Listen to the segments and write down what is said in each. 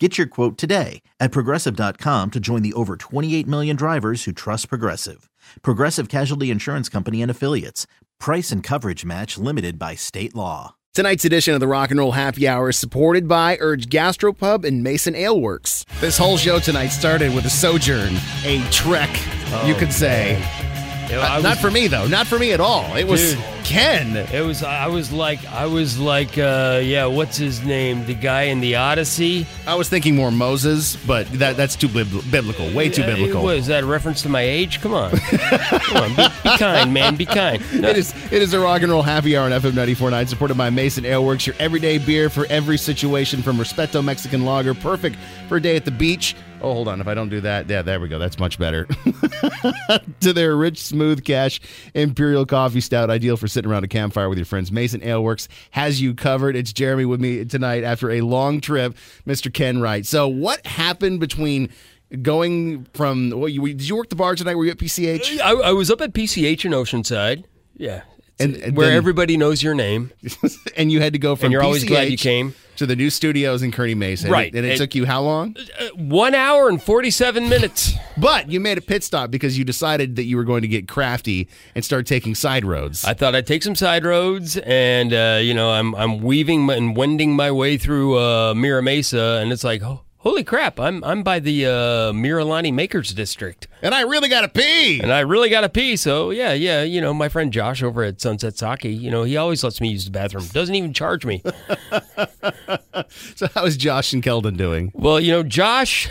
Get your quote today at progressive.com to join the over 28 million drivers who trust Progressive. Progressive Casualty Insurance Company and Affiliates. Price and coverage match limited by state law. Tonight's edition of the Rock and Roll Happy Hour is supported by Urge Gastropub and Mason Ale Works. This whole show tonight started with a sojourn, a trek, you could say. It, Uh, Oh, I was, Not for me though, not for me at all. It was Dude. Ken. it was. I was like. I was like. Uh, yeah. What's his name? The guy in the Odyssey. I was thinking more Moses, but that that's too bib- biblical, way too Uh, it biblical. Was that a reference to my age? Come on. Come on. Be, be kind, man. Be kind. No, It is it is a rock and roll happy hour on FM 94.9, supported by Mason Airworks, your everyday beer for every situation from Respeto Mexican Lager, perfect for a day at the beach. Oh, hold on, if I don't do that, yeah, there we go. That's much better. to their rich, smooth cash imperial coffee stout, ideal for sitting around a campfire with your friends. Mason Airworks has you covered. It's Jeremy with me tonight after a long trip, Mr. Ken Wright. So, what happened between going from? What you did you work the bar tonight? Were you at PCH? I, I was up at PCH in Oceanside. Yeah. And- And, and where then- everybody knows your name. and you had to go from And you're always glad PCH you came. to the new studios in Kearney Mesa. Right. And it, And- took you how long? One hour and forty-seven minutes. But you made a pit stop because you decided that you were going to get crafty and start taking side roads. I thought I'd take some side roads, and uh, you know, I'm I'm weaving and wending my way through uh, Mira Mesa, and it's like, ho holy crap, I'm I'm by the uh, Miralani Makers District, and I really got to pee. and I really got to pee. So yeah, yeah, you know, my friend Josh over at Sunset Saki, you know, he always lets me use the bathroom, doesn't even charge me. So how is Josh and Keldon doing? well, you know, Josh.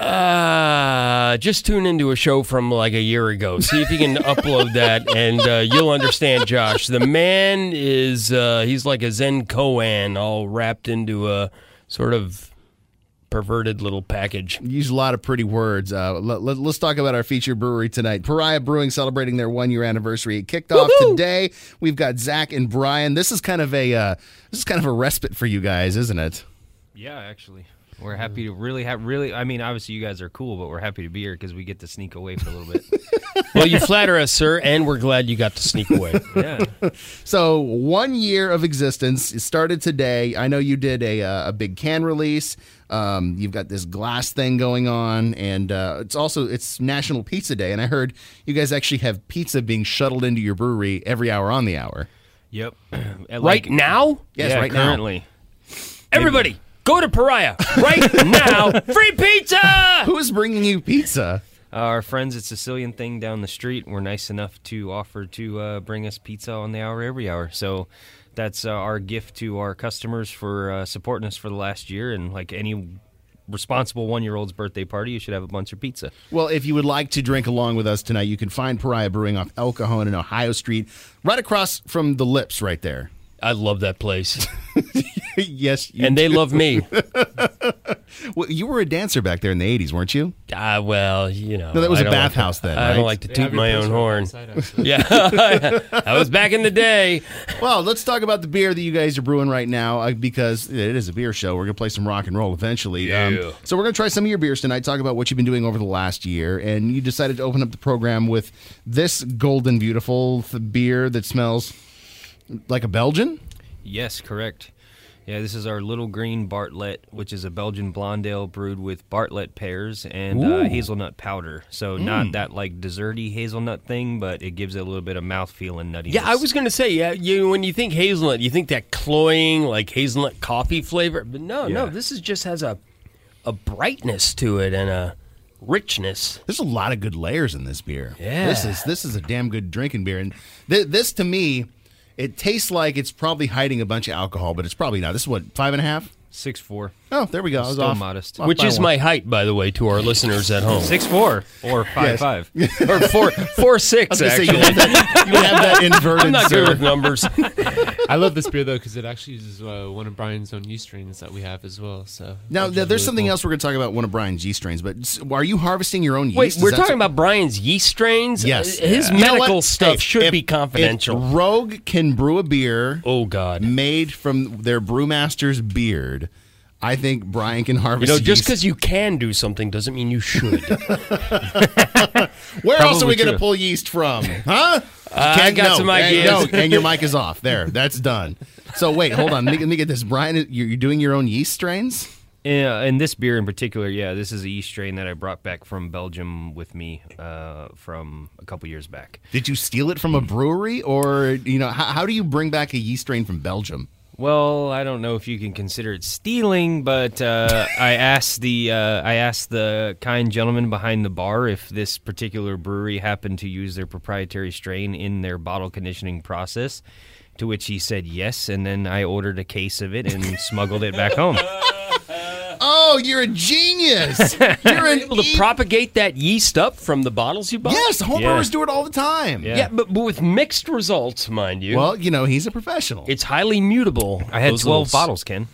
Uh, just tune into a show from like a year ago. See if you can upload that, and uh, you'll understand, Josh. The man is uh, he's like a Zen koan, all wrapped into a sort of perverted little package. You Use a lot of pretty words. Uh, let, let, us talk about our feature brewery tonight. Pariah Brewing celebrating their one year anniversary. It kicked off today. We've got Zach and Brian. This is kind of a uh, this is kind of a respite for you guys, isn't it? Yeah, actually. We're happy to really have really. I mean, obviously you guys are cool, but we're happy to be here because we get to sneak away for a little bit. Well, you flatter us, sir, and we're glad you got to sneak away. yeah, So one year of existence it started today. I know you did a uh, a big can release. Um, you've got this glass thing going on, and uh, it's also it's National Pizza Day. And I heard you guys actually have pizza being shuttled into your brewery every hour on the hour. yep. At, Right like- now, Yes, yeah, right now. currently. everybody, go to Pariah right now. Free pizza. Who's bringing you pizza? Uh, our friends at Sicilian Thing down the street were nice enough to offer to uh, bring us pizza on the hour every hour. So that's uh, our gift to our customers for uh, supporting us for the last year. And like any responsible one-year-old's birthday party, you should have a bunch of pizza. Well, if you would like to drink along with us tonight, you can find Pariah Brewing off El Cajon and Ohio Street, right across from the Lips, right there. I love that place, yes, you, and they love me. well, you were a dancer back there in the '80s, weren't you? Ah, well, you know. No, that was a a bathhouse then, I right? don't like to toot my own horn. Yeah, that was back in the day. Well, let's talk about the beer that you guys are brewing right now uh, because it is a beer show. We're going to play some rock and roll eventually. Um, Yeah. so, we're going to try some of your beers tonight, talk about what you've been doing over the last year. And you decided to open up the program with this golden, beautiful th- beer that smells like a Belgian. Yes, correct. Yeah, this is our Little Green Bartlett, which is a Belgian blonde ale brewed with Bartlett pears and uh, hazelnut powder. So Mm. not that like desserty hazelnut thing, but it gives it a little bit of mouthfeel and nuttiness. Yeah, I was gonna say, yeah, you when you think hazelnut, you think that cloying like hazelnut coffee flavor, but no, no, Yeah. this is just has a a brightness to it and a richness. There's a lot of good layers in this beer. Yeah. This is this is a damn good drinking beer. And th- this to me, it tastes like it's probably hiding a bunch of alcohol, but it's probably not. This is what, five and a half? six four. Oh, there we go. I was Still off. modest. off Which by is one. my height, by the way, to our listeners at home. Six four or five five. or four, four six. I was gonna say, Actually, you have that, you have that inverted. I'm not good sir. with numbers. I love this beer though because it actually uses uh, one of Brian's own yeast strains that we have as well. So Now, which th- there's is really something cool. else we're going to talk about one of Brian's G strains, but s- are you harvesting your own yeast? Wait, Is we're that talking so- about Brian's yeast strains. Yes. Uh, his Yeah. You know medical what? stuff Hey, should if- be if confidential. Rogue can brew a beer oh God! made from their brewmaster's beard. I think Brian can You harvest know, just yeast. because you can do something doesn't mean you should. Where else are we Probably going to true. pull yeast from? Huh? I Can't- got some Hey, ideas. no, and your mic is off. There, that's done. So wait, hold on. Let me, let me get this. Brian, you- you're doing your own yeast strains? Yeah, and this beer in particular, yeah, this is a yeast strain that I brought back from Belgium with me uh, from a couple years back. Did you steal it from a brewery, or you know, how, how do you bring back a yeast strain from Belgium? Well, I don't know if you can consider it stealing, but uh, I asked the uh, I asked the kind gentleman behind the bar if this particular brewery happened to use their proprietary strain in their bottle conditioning process. To which he said yes, and then I ordered a case of it and smuggled it back home. Oh, you're a genius. You're an able to e- propagate that yeast up from the bottles you bought. Yes, home Yeah. brewers do it all the time. Yeah. Yeah, but, but with mixed results, mind you. Well, you know, he's a professional. it's highly mutable. I had those twelve little- bottles, Ken.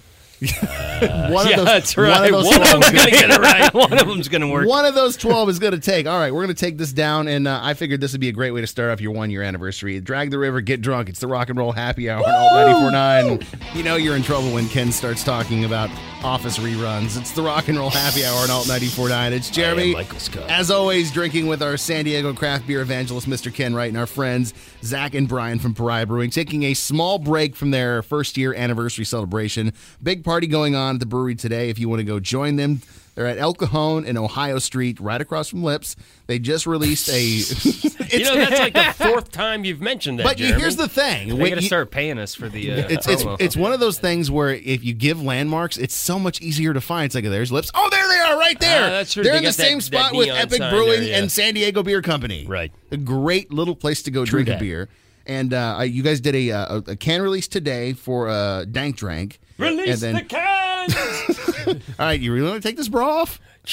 Uh, one Yeah, of those, that's right. One of those One of 12 them's gonna get it right. One of them's gonna work. One of those 12 is going to take. All right, we're going to take this down. And uh, I figured this would be a great way to start off your one year anniversary. Drag the river, get drunk. It's the rock and roll happy hour on Alt 94.9. You know you're in trouble when Ken starts talking about office reruns. It's the rock and roll happy hour on Alt 94.9. It's Jeremy. Michael Scott. As always, drinking with our San Diego craft beer evangelist, Mr. Ken Wright, and our friends, Zach and Brian from Pariah Brewing, taking a small break from their first year anniversary celebration. Big party going on at the brewery today. If you want to go join them, they're at El Cajon and Ohio Street, right across from Lips. They just released a. You know, that's like the fourth time you've mentioned that. but you- Jeremy. here's the thing. They When gotta you- start paying us for the. Uh, it's, it's, promo. it's one of those things where if you give landmarks, it's so much easier to find. It's like there's lips. Oh, there they are, right there. Ah, that's true. They're They in the got that- same that spot with neon Epic sign Brewing there, yeah. and San Diego Beer Company. Right. a great little place to go drink a that. beer. And uh, you guys did a, uh, a, a can release today for uh, Dank Drank. Release and then, the cans! All right, you really want to take this bra off?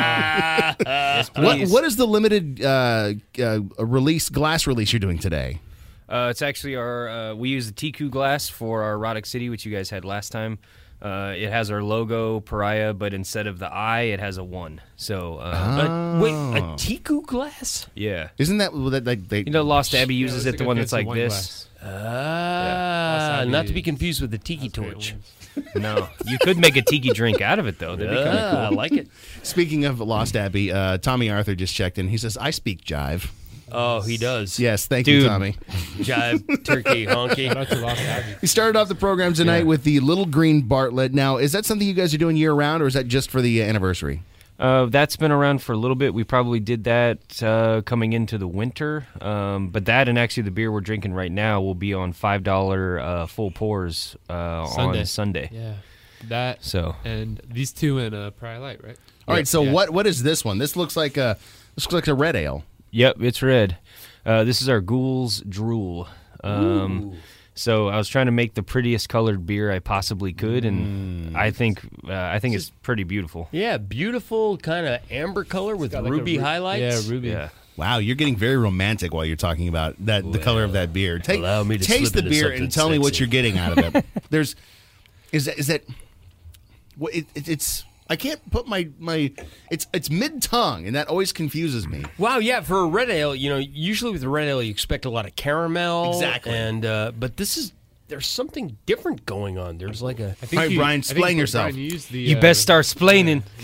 Yes, What, please. what is the limited uh, uh, release glass release you're doing today? Uh, it's actually our uh, we use the Tiku glass for our Roddick City, which you guys had last time. Uh, it has our logo Pariah, but instead of the I, it has a one. So uh, A- wait, a tiku glass? yeah, Isn't that that, that they, you know, Lost Abbey Yeah, uses it's it, the a one that's fancy like wine this. Ah, Wasabi not to be is- confused with the tiki glass. Great torch. ones. No, you could make a tiki drink out of it though. That'd be kind of Ah, I cool. like it. Speaking of Lost Abbey, uh, Tommy Arthur just checked in. He says, "I speak jive." Oh, he does. Yes, thank you, Dude. Tommy. Jive, turkey, honky. That's a lot to have. We started off the program tonight with the Little Green Bartlett. Now, is that something you guys are doing year round, or is that just for the uh, anniversary? Uh, that's been around for a little bit. We probably did that uh, coming into the winter, um, but that and actually the beer we're drinking right now will be on five dollar uh, full pours uh, Sunday. on Sunday. Yeah, that So and these two in uh, Prior Light, right? All right, so Yeah. what what is this one? This looks like a this looks like a red ale. Yep, it's red. Uh, this is our Ghoul's Drool. Um, so I was trying to make the prettiest colored beer I possibly could, and I think uh, I think it's pretty beautiful. Yeah, beautiful kind of amber color with Got like a ruby ru- highlights. Yeah, ruby. Yeah, Wow, you're getting very romantic while you're talking about that the color of that beer. Take, allow me to taste slip the into beer and something tell me what sexy. you're getting out of it. There's is that is that what it, it, it's I can't put my my it's it's mid tongue and that always confuses me. Wow, yeah, for a red ale, you know, usually with a red ale you expect a lot of caramel. Exactly. And uh, but this is there's something different going on. There's like a I think All right, Brian, I think explain yourself. Brian used the, you uh, best start splaining.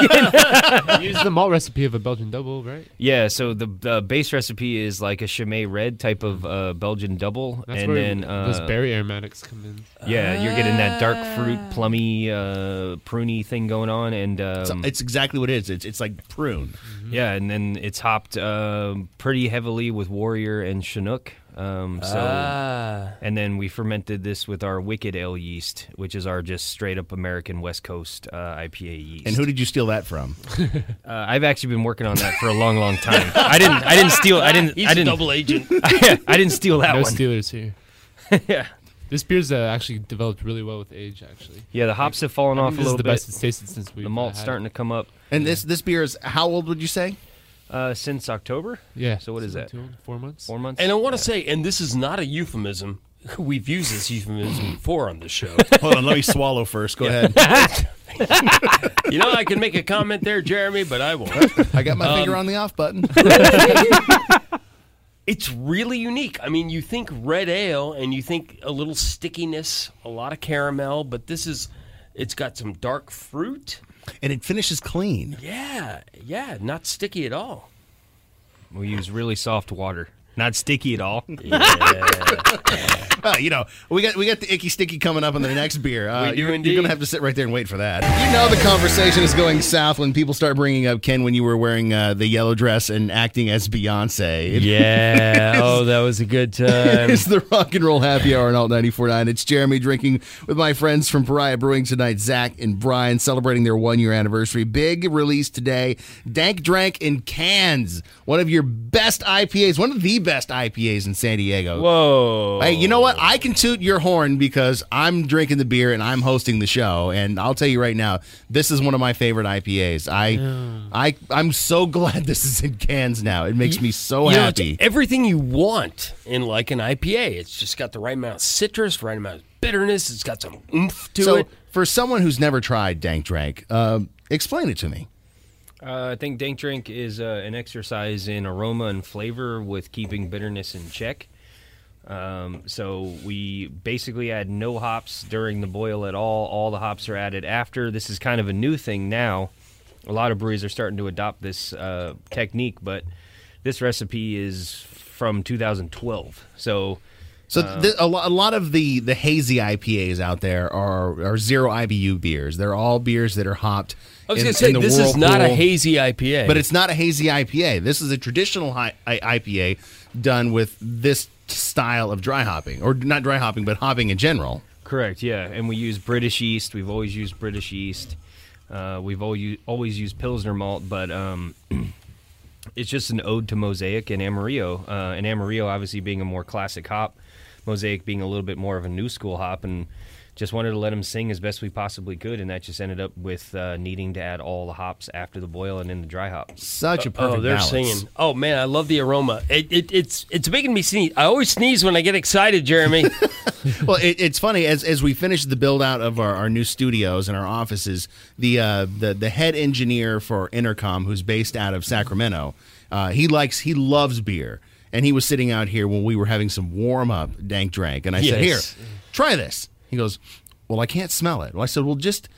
use the malt recipe of a Belgian double, right? Yeah, so the the base recipe is like a Chimay Red type of uh, Belgian double, That's and where then those uh, berry aromatics come in. yeah, you're getting that dark fruit, plummy, uh, pruny thing going on, and um, So it's exactly what it is. It's it's like prune. Yeah, and then it's hopped um, pretty heavily with Warrior and Chinook. Um, so, Ah. and then we fermented this with our Wicked Ale yeast, which is our just straight up American West Coast uh, IPA yeast. And who did you steal that from? uh, I've actually been working on that for a long, long time. I didn't, I didn't steal, I didn't, He's I didn't, a double agent. I didn't steal that No one. Steelers here. yeah. This beer's uh, actually developed really well with age. Actually, Yeah, the hops have fallen I off a think this is little the bit. best it's tasted since uh, we. The malt's starting to come up And this this beer is how old would you say? uh, since October. Yeah. So what is that? Two, old, four months. Four months. And I want to say, and this is not a euphemism. We've used this euphemism before on the show. Hold on, let me swallow first. Go ahead. You know, I can make a comment there, Jeremy, but I won't. I got my finger on the off button. It's really unique. I mean, you think red ale and you think a little stickiness, a lot of caramel, but this is, it's got some dark fruit. and it finishes clean. Yeah, yeah, not sticky at all. we use really soft water. Not sticky at all. Well, you know, we got we got the icky sticky coming up on the next beer. Uh, We do you're, indeed. You're gonna have to sit right there and wait for that. You know, the conversation is going south when people start bringing up Ken when you were wearing uh, the yellow dress and acting as Beyonce. It- Yeah. oh, that was a good time. It's the rock and roll happy hour on Alt 94.9. It's Jeremy drinking with my friends from Pariah Brewing tonight, Zach and Brian, celebrating their one year anniversary. Big release today Dank Drank in Cans, one of your best IPAs, one of the best IPAs in San Diego. Whoa. Hey, you know what? I can toot your horn because I'm drinking the beer and I'm hosting the show. And I'll tell you right now, this is one of my favorite IPAs. I, I, I'm so glad this is in cans now. It makes me so You know, it's happy. everything you want in like an IPA. It's just got the right amount of citrus, right amount of bitterness. It's got some oomph to so, it. for someone who's never tried Dank Drank, um, explain it to me. Uh, I think Dank Drink is uh, an exercise in aroma and flavor with keeping bitterness in check. Um, so we basically add no hops during the boil at all. All the hops are added after. This is kind of a new thing now. A lot of breweries are starting to adopt this uh, technique, but this recipe is from 2012. So So, Oh. th- a, lo- a lot of the, the hazy IPAs out there are, are zero IBU beers. They're all beers that are hopped. I was in- going to in say the this is not a whirlpool. hazy IPA, But it's not a hazy IPA. This is a traditional hi- I- IPA done with this style of dry hopping, or not dry hopping, but hopping in general. Correct, yeah. And we use British yeast. We've always used British yeast. Uh, we've always, always used Pilsner malt, but um, it's just an ode to Mosaic and Amarillo. Uh, and Amarillo, obviously, being a more classic hop, Mosaic being a little bit more of a new school hop, and just wanted to let them sing as best we possibly could. And that just ended up with uh, needing to add all the hops after the boil and in the dry hops. Such a perfect oh, they're balance. singing. Oh man, I love the aroma. It, it, it's it's making me sneeze. I always sneeze when I get excited, Jeremy. Oh, Well, it, it's funny as as we finish the build out of our, our new studios and our offices. The uh, the the head engineer for Intercom, who's based out of Sacramento, uh, he likes he loves beer, and he was sitting out here when we were having some warm up dank drank, and I said, "Here, Yes. try this." He goes, "Well, I can't smell it." Well, I said, "Well, just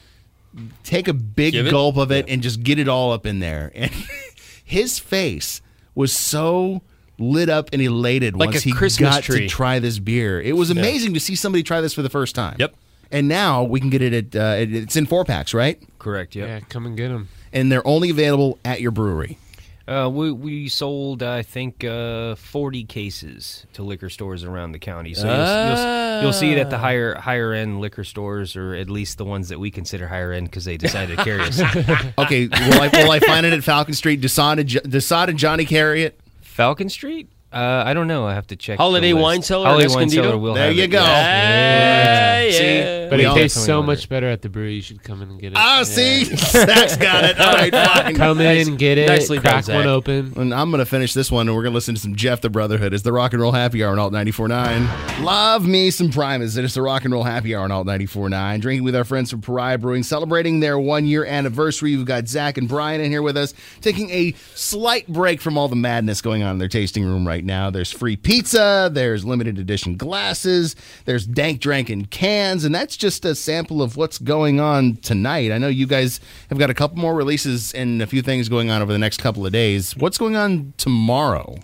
take a big Give it- gulp of it and just get it all up in there." And his face was so. Lit up and elated Like once a he Christmas got tree. to try this beer. It was amazing to see somebody try this for the first time. Yep. And now we can get it at uh, it- it's in four packs, right? Correct, Yeah, come and get them. And they're only available at your brewery. Uh, we we sold I think uh, forty cases to liquor stores around the county. So you'll, you'll, you'll see it Ah. at the higher higher end liquor stores, or at least the ones that we consider higher end because they decided to carry us. Okay, will I, will I find it at Falcon Street? Desaad and, Jo- Desaad and Johnny carry it. Falcon Street? Uh, I don't know. I have to check. the Holiday list. Wine Cellar in Holiday Wine Escondido? Cellar. Will There have you it, go. yeah. Ah, yeah, yeah. But We it all- tastes Definitely so order much it. better at the brewery. You should come and get it. Ah, Yeah. see, Zach's got it. All right, fine. Come in, get it, nicely done, crack Zach. one open. And I'm going to finish this one, and we're going to listen to some Jeff the Brotherhood. It's the Rock and Roll Happy Hour on Alt 94.9. Love me some Primus. It is the Rock and Roll Happy Hour on Alt 94.9. Drinking with our friends from Pariah Brewing, celebrating their one year anniversary. We've got Zach and Brian in here with us, taking a slight break from all the madness going on in their tasting room right now. There's free pizza, there's limited edition glasses, there's dank drank in cans, and that's just a sample of what's going on tonight. I know you guys have got a couple more releases and a few things going on over the next couple of days. What's going on tomorrow?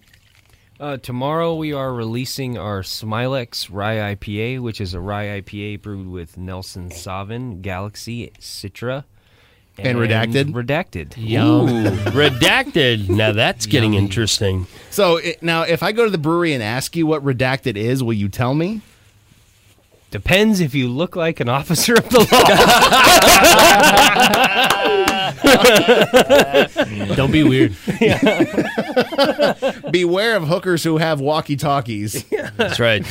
Uh, tomorrow we are releasing our Smilex Rye IPA, which is a rye IPA brewed with Nelson Sauvin, Galaxy, Citra, And redacted? Redacted. Ooh, redacted. Now that's getting interesting. So it, now, if I go to the brewery and ask you what redacted is, will you tell me? Depends if you look like an officer of the law. Don't be weird. Beware of hookers who have walkie talkies. That's right.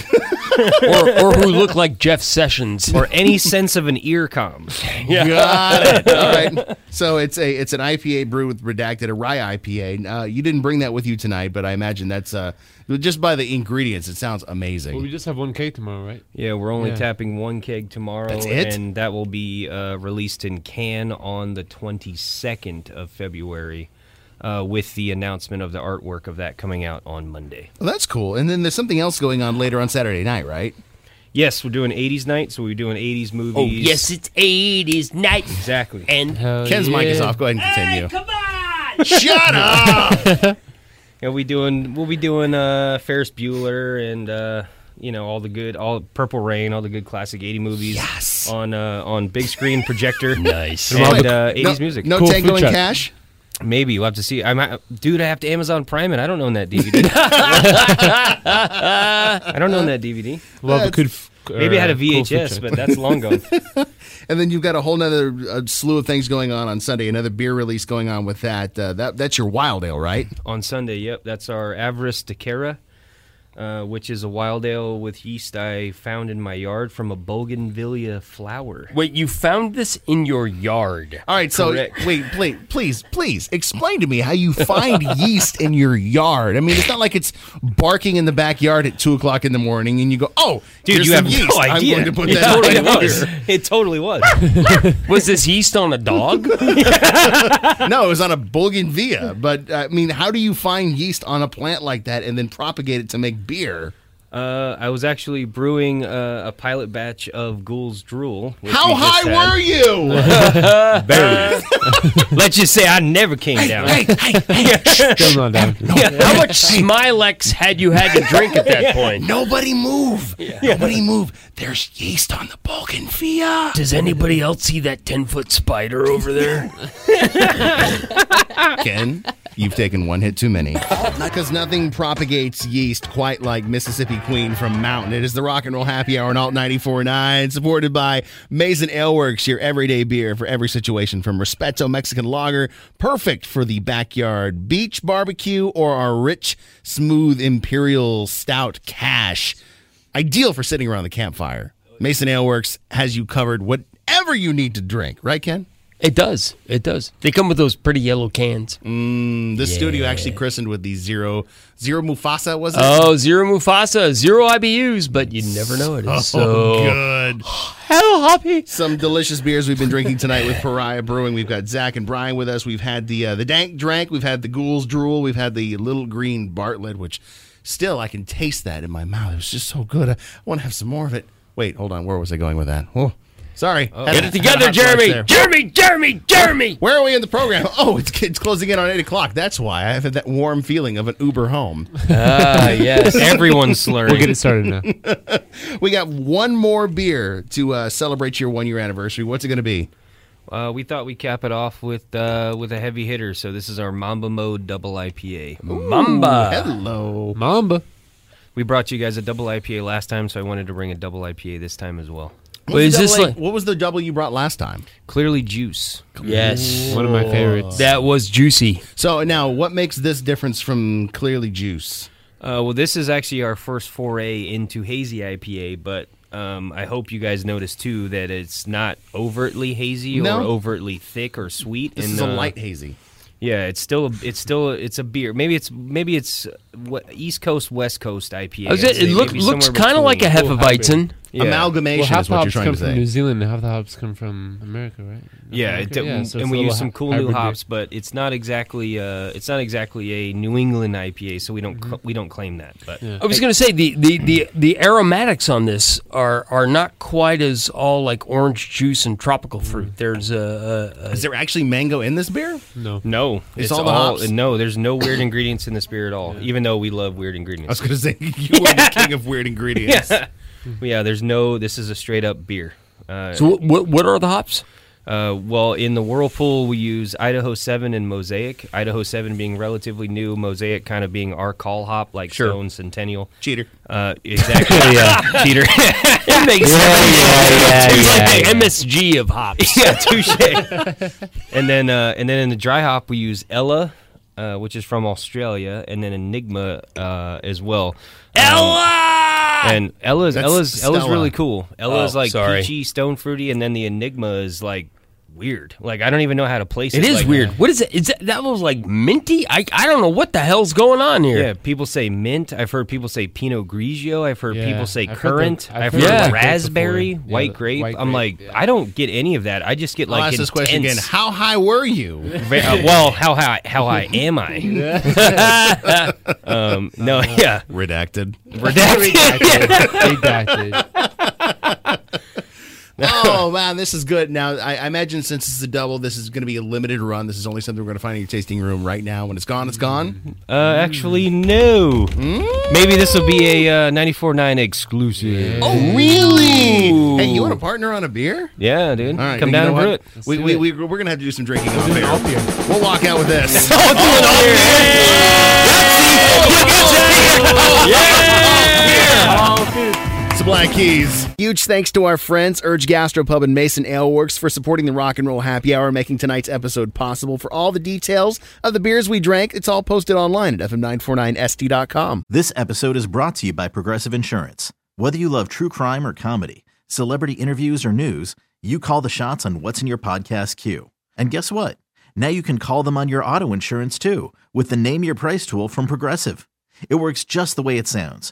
or, or who look like Jeff Sessions. or any sense of an ear com. Got it. All right. So it's a it's an IPA brewed with redacted a rye IPA. Uh, you didn't bring that with you tonight, but I imagine that's uh just by the ingredients, it sounds Well, we amazing. just have one cake tomorrow, right? Yeah, we're only Yeah. tapping one keg tomorrow, That's it? and that will be uh, released in can on the 22nd of February, uh, with the announcement of the artwork of that coming out on Monday. Well, that's cool. And then there's something else going on later on Saturday night, right? Yes, we're doing 80s night, so we're doing 80s movies. Oh, yes, it's 80s night. exactly. And Oh, Ken's mic is off. Go ahead and continue. Shut up. Yeah, we doing. We'll be doing uh, Ferris Bueller and uh, you know all the good, all Purple Rain, all the good classic '80 movies on uh, on big screen projector. Nice. and uh, No- '80s music. No Cool Tango food and truck. Cash. Maybe we'll have to see. I might, dude. I have to Amazon Prime it. I don't own that DVD. I don't own that DVD. Well, we could. f- Maybe I had a uh, cool food VHS, truck. but that's long gone. And then you've got a whole nother uh, slew of things going on on Sunday. Another beer release going on with that. Uh, that that's your wild ale, right? on Sunday. Yep, that's our Avarice Decara, uh, which is a wild ale with yeast I found in my yard from a bougainvillea flower. Wait, you found this in your yard. All right, so Correct. wait, please, please, please explain to me how you find yeast in your yard. I mean, it's not like it's barking in the backyard at two o'clock in the morning, and you go, "Oh, Dude, here's you some have yeast. no idea. I'm going to put it that totally in was. here." It totally was. Was this yeast on a dog? No, it was on a bougainvillea. But uh, I mean, how do you find yeast on a plant like that and then propagate it to make beer? uh, I was actually brewing uh, a pilot batch of Ghoul's Drool. which How we just high had. were you? Barely. Uh, Let's just say I never came down. hey, hey, Still not down. How much Smilex had you had to drink at that point? nobody move! Nobody move! There's yeast on the bougainvillea. Does anybody else see that 10 foot spider over there? Ken, you've taken one hit too many. Because nothing propagates yeast quite like Mississippi Queen from Mountain. It is the Rock and Roll Happy Hour on Alt 94.9, supported by Mason Ale Works, your everyday beer for every situation from Respeto Mexican Lager, perfect for the backyard beach barbecue, or our rich, smooth Imperial Stout Cash, ideal for sitting around the campfire. Mason Ale Works has you covered whatever you need to drink, right, Ken? It does. It does. They come with those pretty yellow cans. This studio actually christened with the zero zero Mufasa was it? Oh, zero Mufasa, zero IBUs, but you never know it is. So, good. hello, Hoppy. Some delicious beers we've been drinking tonight with Pariah Brewing. We've got Zach and Brian with us. We've had the uh, the Dank Drank. We've had the Ghouls Drool. We've had the Little Green Bartlett, which still I can taste that in my mouth. It was just so good. I want to have some more of it. Wait, hold on. Where was I going with that? Oh, sorry. Had Get a- it together, had a hot flash Jeremy. there. Jeremy, Jeremy, Jeremy. Where are we in the program? Oh, it's, it's closing in on eight o'clock. That's why I have that warm feeling of an Uber home. Uh, Ah, yes. Everyone's slurring. We'll get it started now. We got one more beer to uh, celebrate your one year anniversary. What's it going to be? Uh, we thought we cap it off with uh, with a heavy hitter, so this is our Mamba Mode Double IPA. Mm. Mamba. Hello. Mamba. We brought you guys a double IPA last time, so I wanted to bring a double IPA this time as well. What Wait, was, is the this double A- like- what was the double you brought last time? Clearly, juice. Yes. One of my favorites. That was juicy. So now, what makes this difference from clearly juice? Uh, well, this is actually our first foray into hazy IPA, but um, I hope you guys notice too that it's not overtly hazy No. or overtly thick or sweet. This and, is a uh, light hazy. Yeah, it's still a, it's still a, it's a beer. Maybe it's maybe it's what, East Coast West Coast IPA. I was- I'd say, it look, maybe looks somewhere kind of like a between. Hefeweizen. Yeah. Well, Amalgamation half is what you're hops trying come to from say. New Zealand. and Half the hops come from America, right? North Yeah, it, America? Yeah, so it's and a we little use some hy- cool new hybrid beer. hops, but it's not exactly uh, it's not exactly a New England IPA, so we don't cl- we don't claim that. But Mm-hmm. Yeah. I was going to say the, the, the, the aromatics on this are, are not quite as all like orange juice and tropical fruit. There's a, a, a Is there actually mango in this beer? No. no, It's all the hops? no. There's no weird ingredients in this beer at all, even though we love weird I ingredients. was going to say you are the king of weird ingredients. yeah, there's no. This is a straight up beer. Uh, so what, what are the hops? Uh, well, in the Whirlpool, we use Idaho 7 and Mosaic. Idaho 7 being relatively new, Mosaic kind of being our call hop, like Sure. Stone Centennial. Cheater. Uh, exactly, uh, cheater. It makes yeah, It's yeah, yeah. like the MSG of hops. yeah, touche. and then, uh, and then in the dry hop, we use Ella, uh, which is from Australia, and then Enigma uh, as well. Ella! and Ella's That's Ella's Ella's Stella. really cool. Ella's Ah! Oh, like sorry. peachy, stone fruity, and then the Enigma is like weird. Like I don't even know how to place it. it is like- weird. What is it? Is that, that was like minty? I, I don't know what the hell's going on here. Yeah, people say mint. I've heard people say Pinot Grigio. I've heard Yeah, people say I've heard currant. the- I've I've heard, heard the grape raspberry, before. Yeah, white the grape. white I'm like, grape, yeah. I don't get any of that. I just get I'll like ask this question again. intense. How high were you? Ve- uh, well, how high? How high am I? um, no, yeah, Redacted. Redacted. oh man, this is good. Now I, I imagine since this is a double, this is going to be a limited run. This is only something we're going to find in your tasting room right now. When it's gone, it's gone. Uh, actually, no. Maybe this will be a uh, 94.9 exclusive. Oh really? Hey, you want to partner on a beer? Yeah, dude. All right, Come you down know and brew what? it. We, do we, it. we, we're going to have to do some drinking on An beer. alt beer. We'll walk out with this. Oh, it's doing all It's the Black Keys. Huge thanks to our friends, Urge Gastro Pub and Mason Ale Works, for supporting the Rock and Roll Happy Hour, making tonight's episode possible. For all the details of the beers we drank, it's all posted online at fm949st.com. This episode is brought to you by Progressive Insurance. Whether you love true crime or comedy, celebrity interviews or news, you call the shots on what's in your podcast queue. And guess what? Now you can call them on your auto insurance too with the Name Your Price tool from Progressive. It works just the way it sounds.